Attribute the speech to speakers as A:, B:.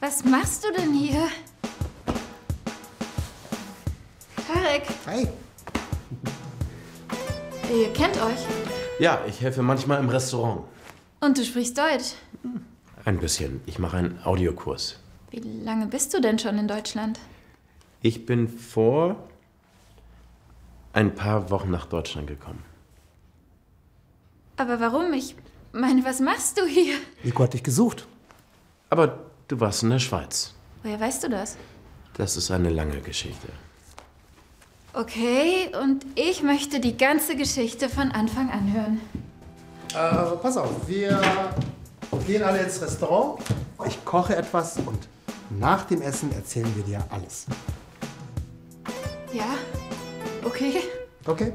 A: Was machst du denn hier? Tarek,
B: Hi.
A: ihr kennt euch.
C: Ja, ich helfe manchmal im Restaurant.
A: Und du sprichst Deutsch.
C: Ein bisschen. Ich mache einen Audiokurs.
A: Wie lange bist du denn schon in Deutschland?
C: Ich bin vor ein paar Wochen nach Deutschland gekommen.
A: Aber warum? Ich meine, was machst du hier?
B: Nico hat dich gesucht.
C: Aber du warst in der Schweiz.
A: Woher weißt du das?
C: Das ist eine lange Geschichte.
A: Okay, und ich möchte die ganze Geschichte von Anfang an hören.
B: Äh, pass auf, wir gehen alle ins Restaurant. Ich koche etwas und nach dem Essen erzählen wir dir alles.
A: Ja? Okay.
B: Okay?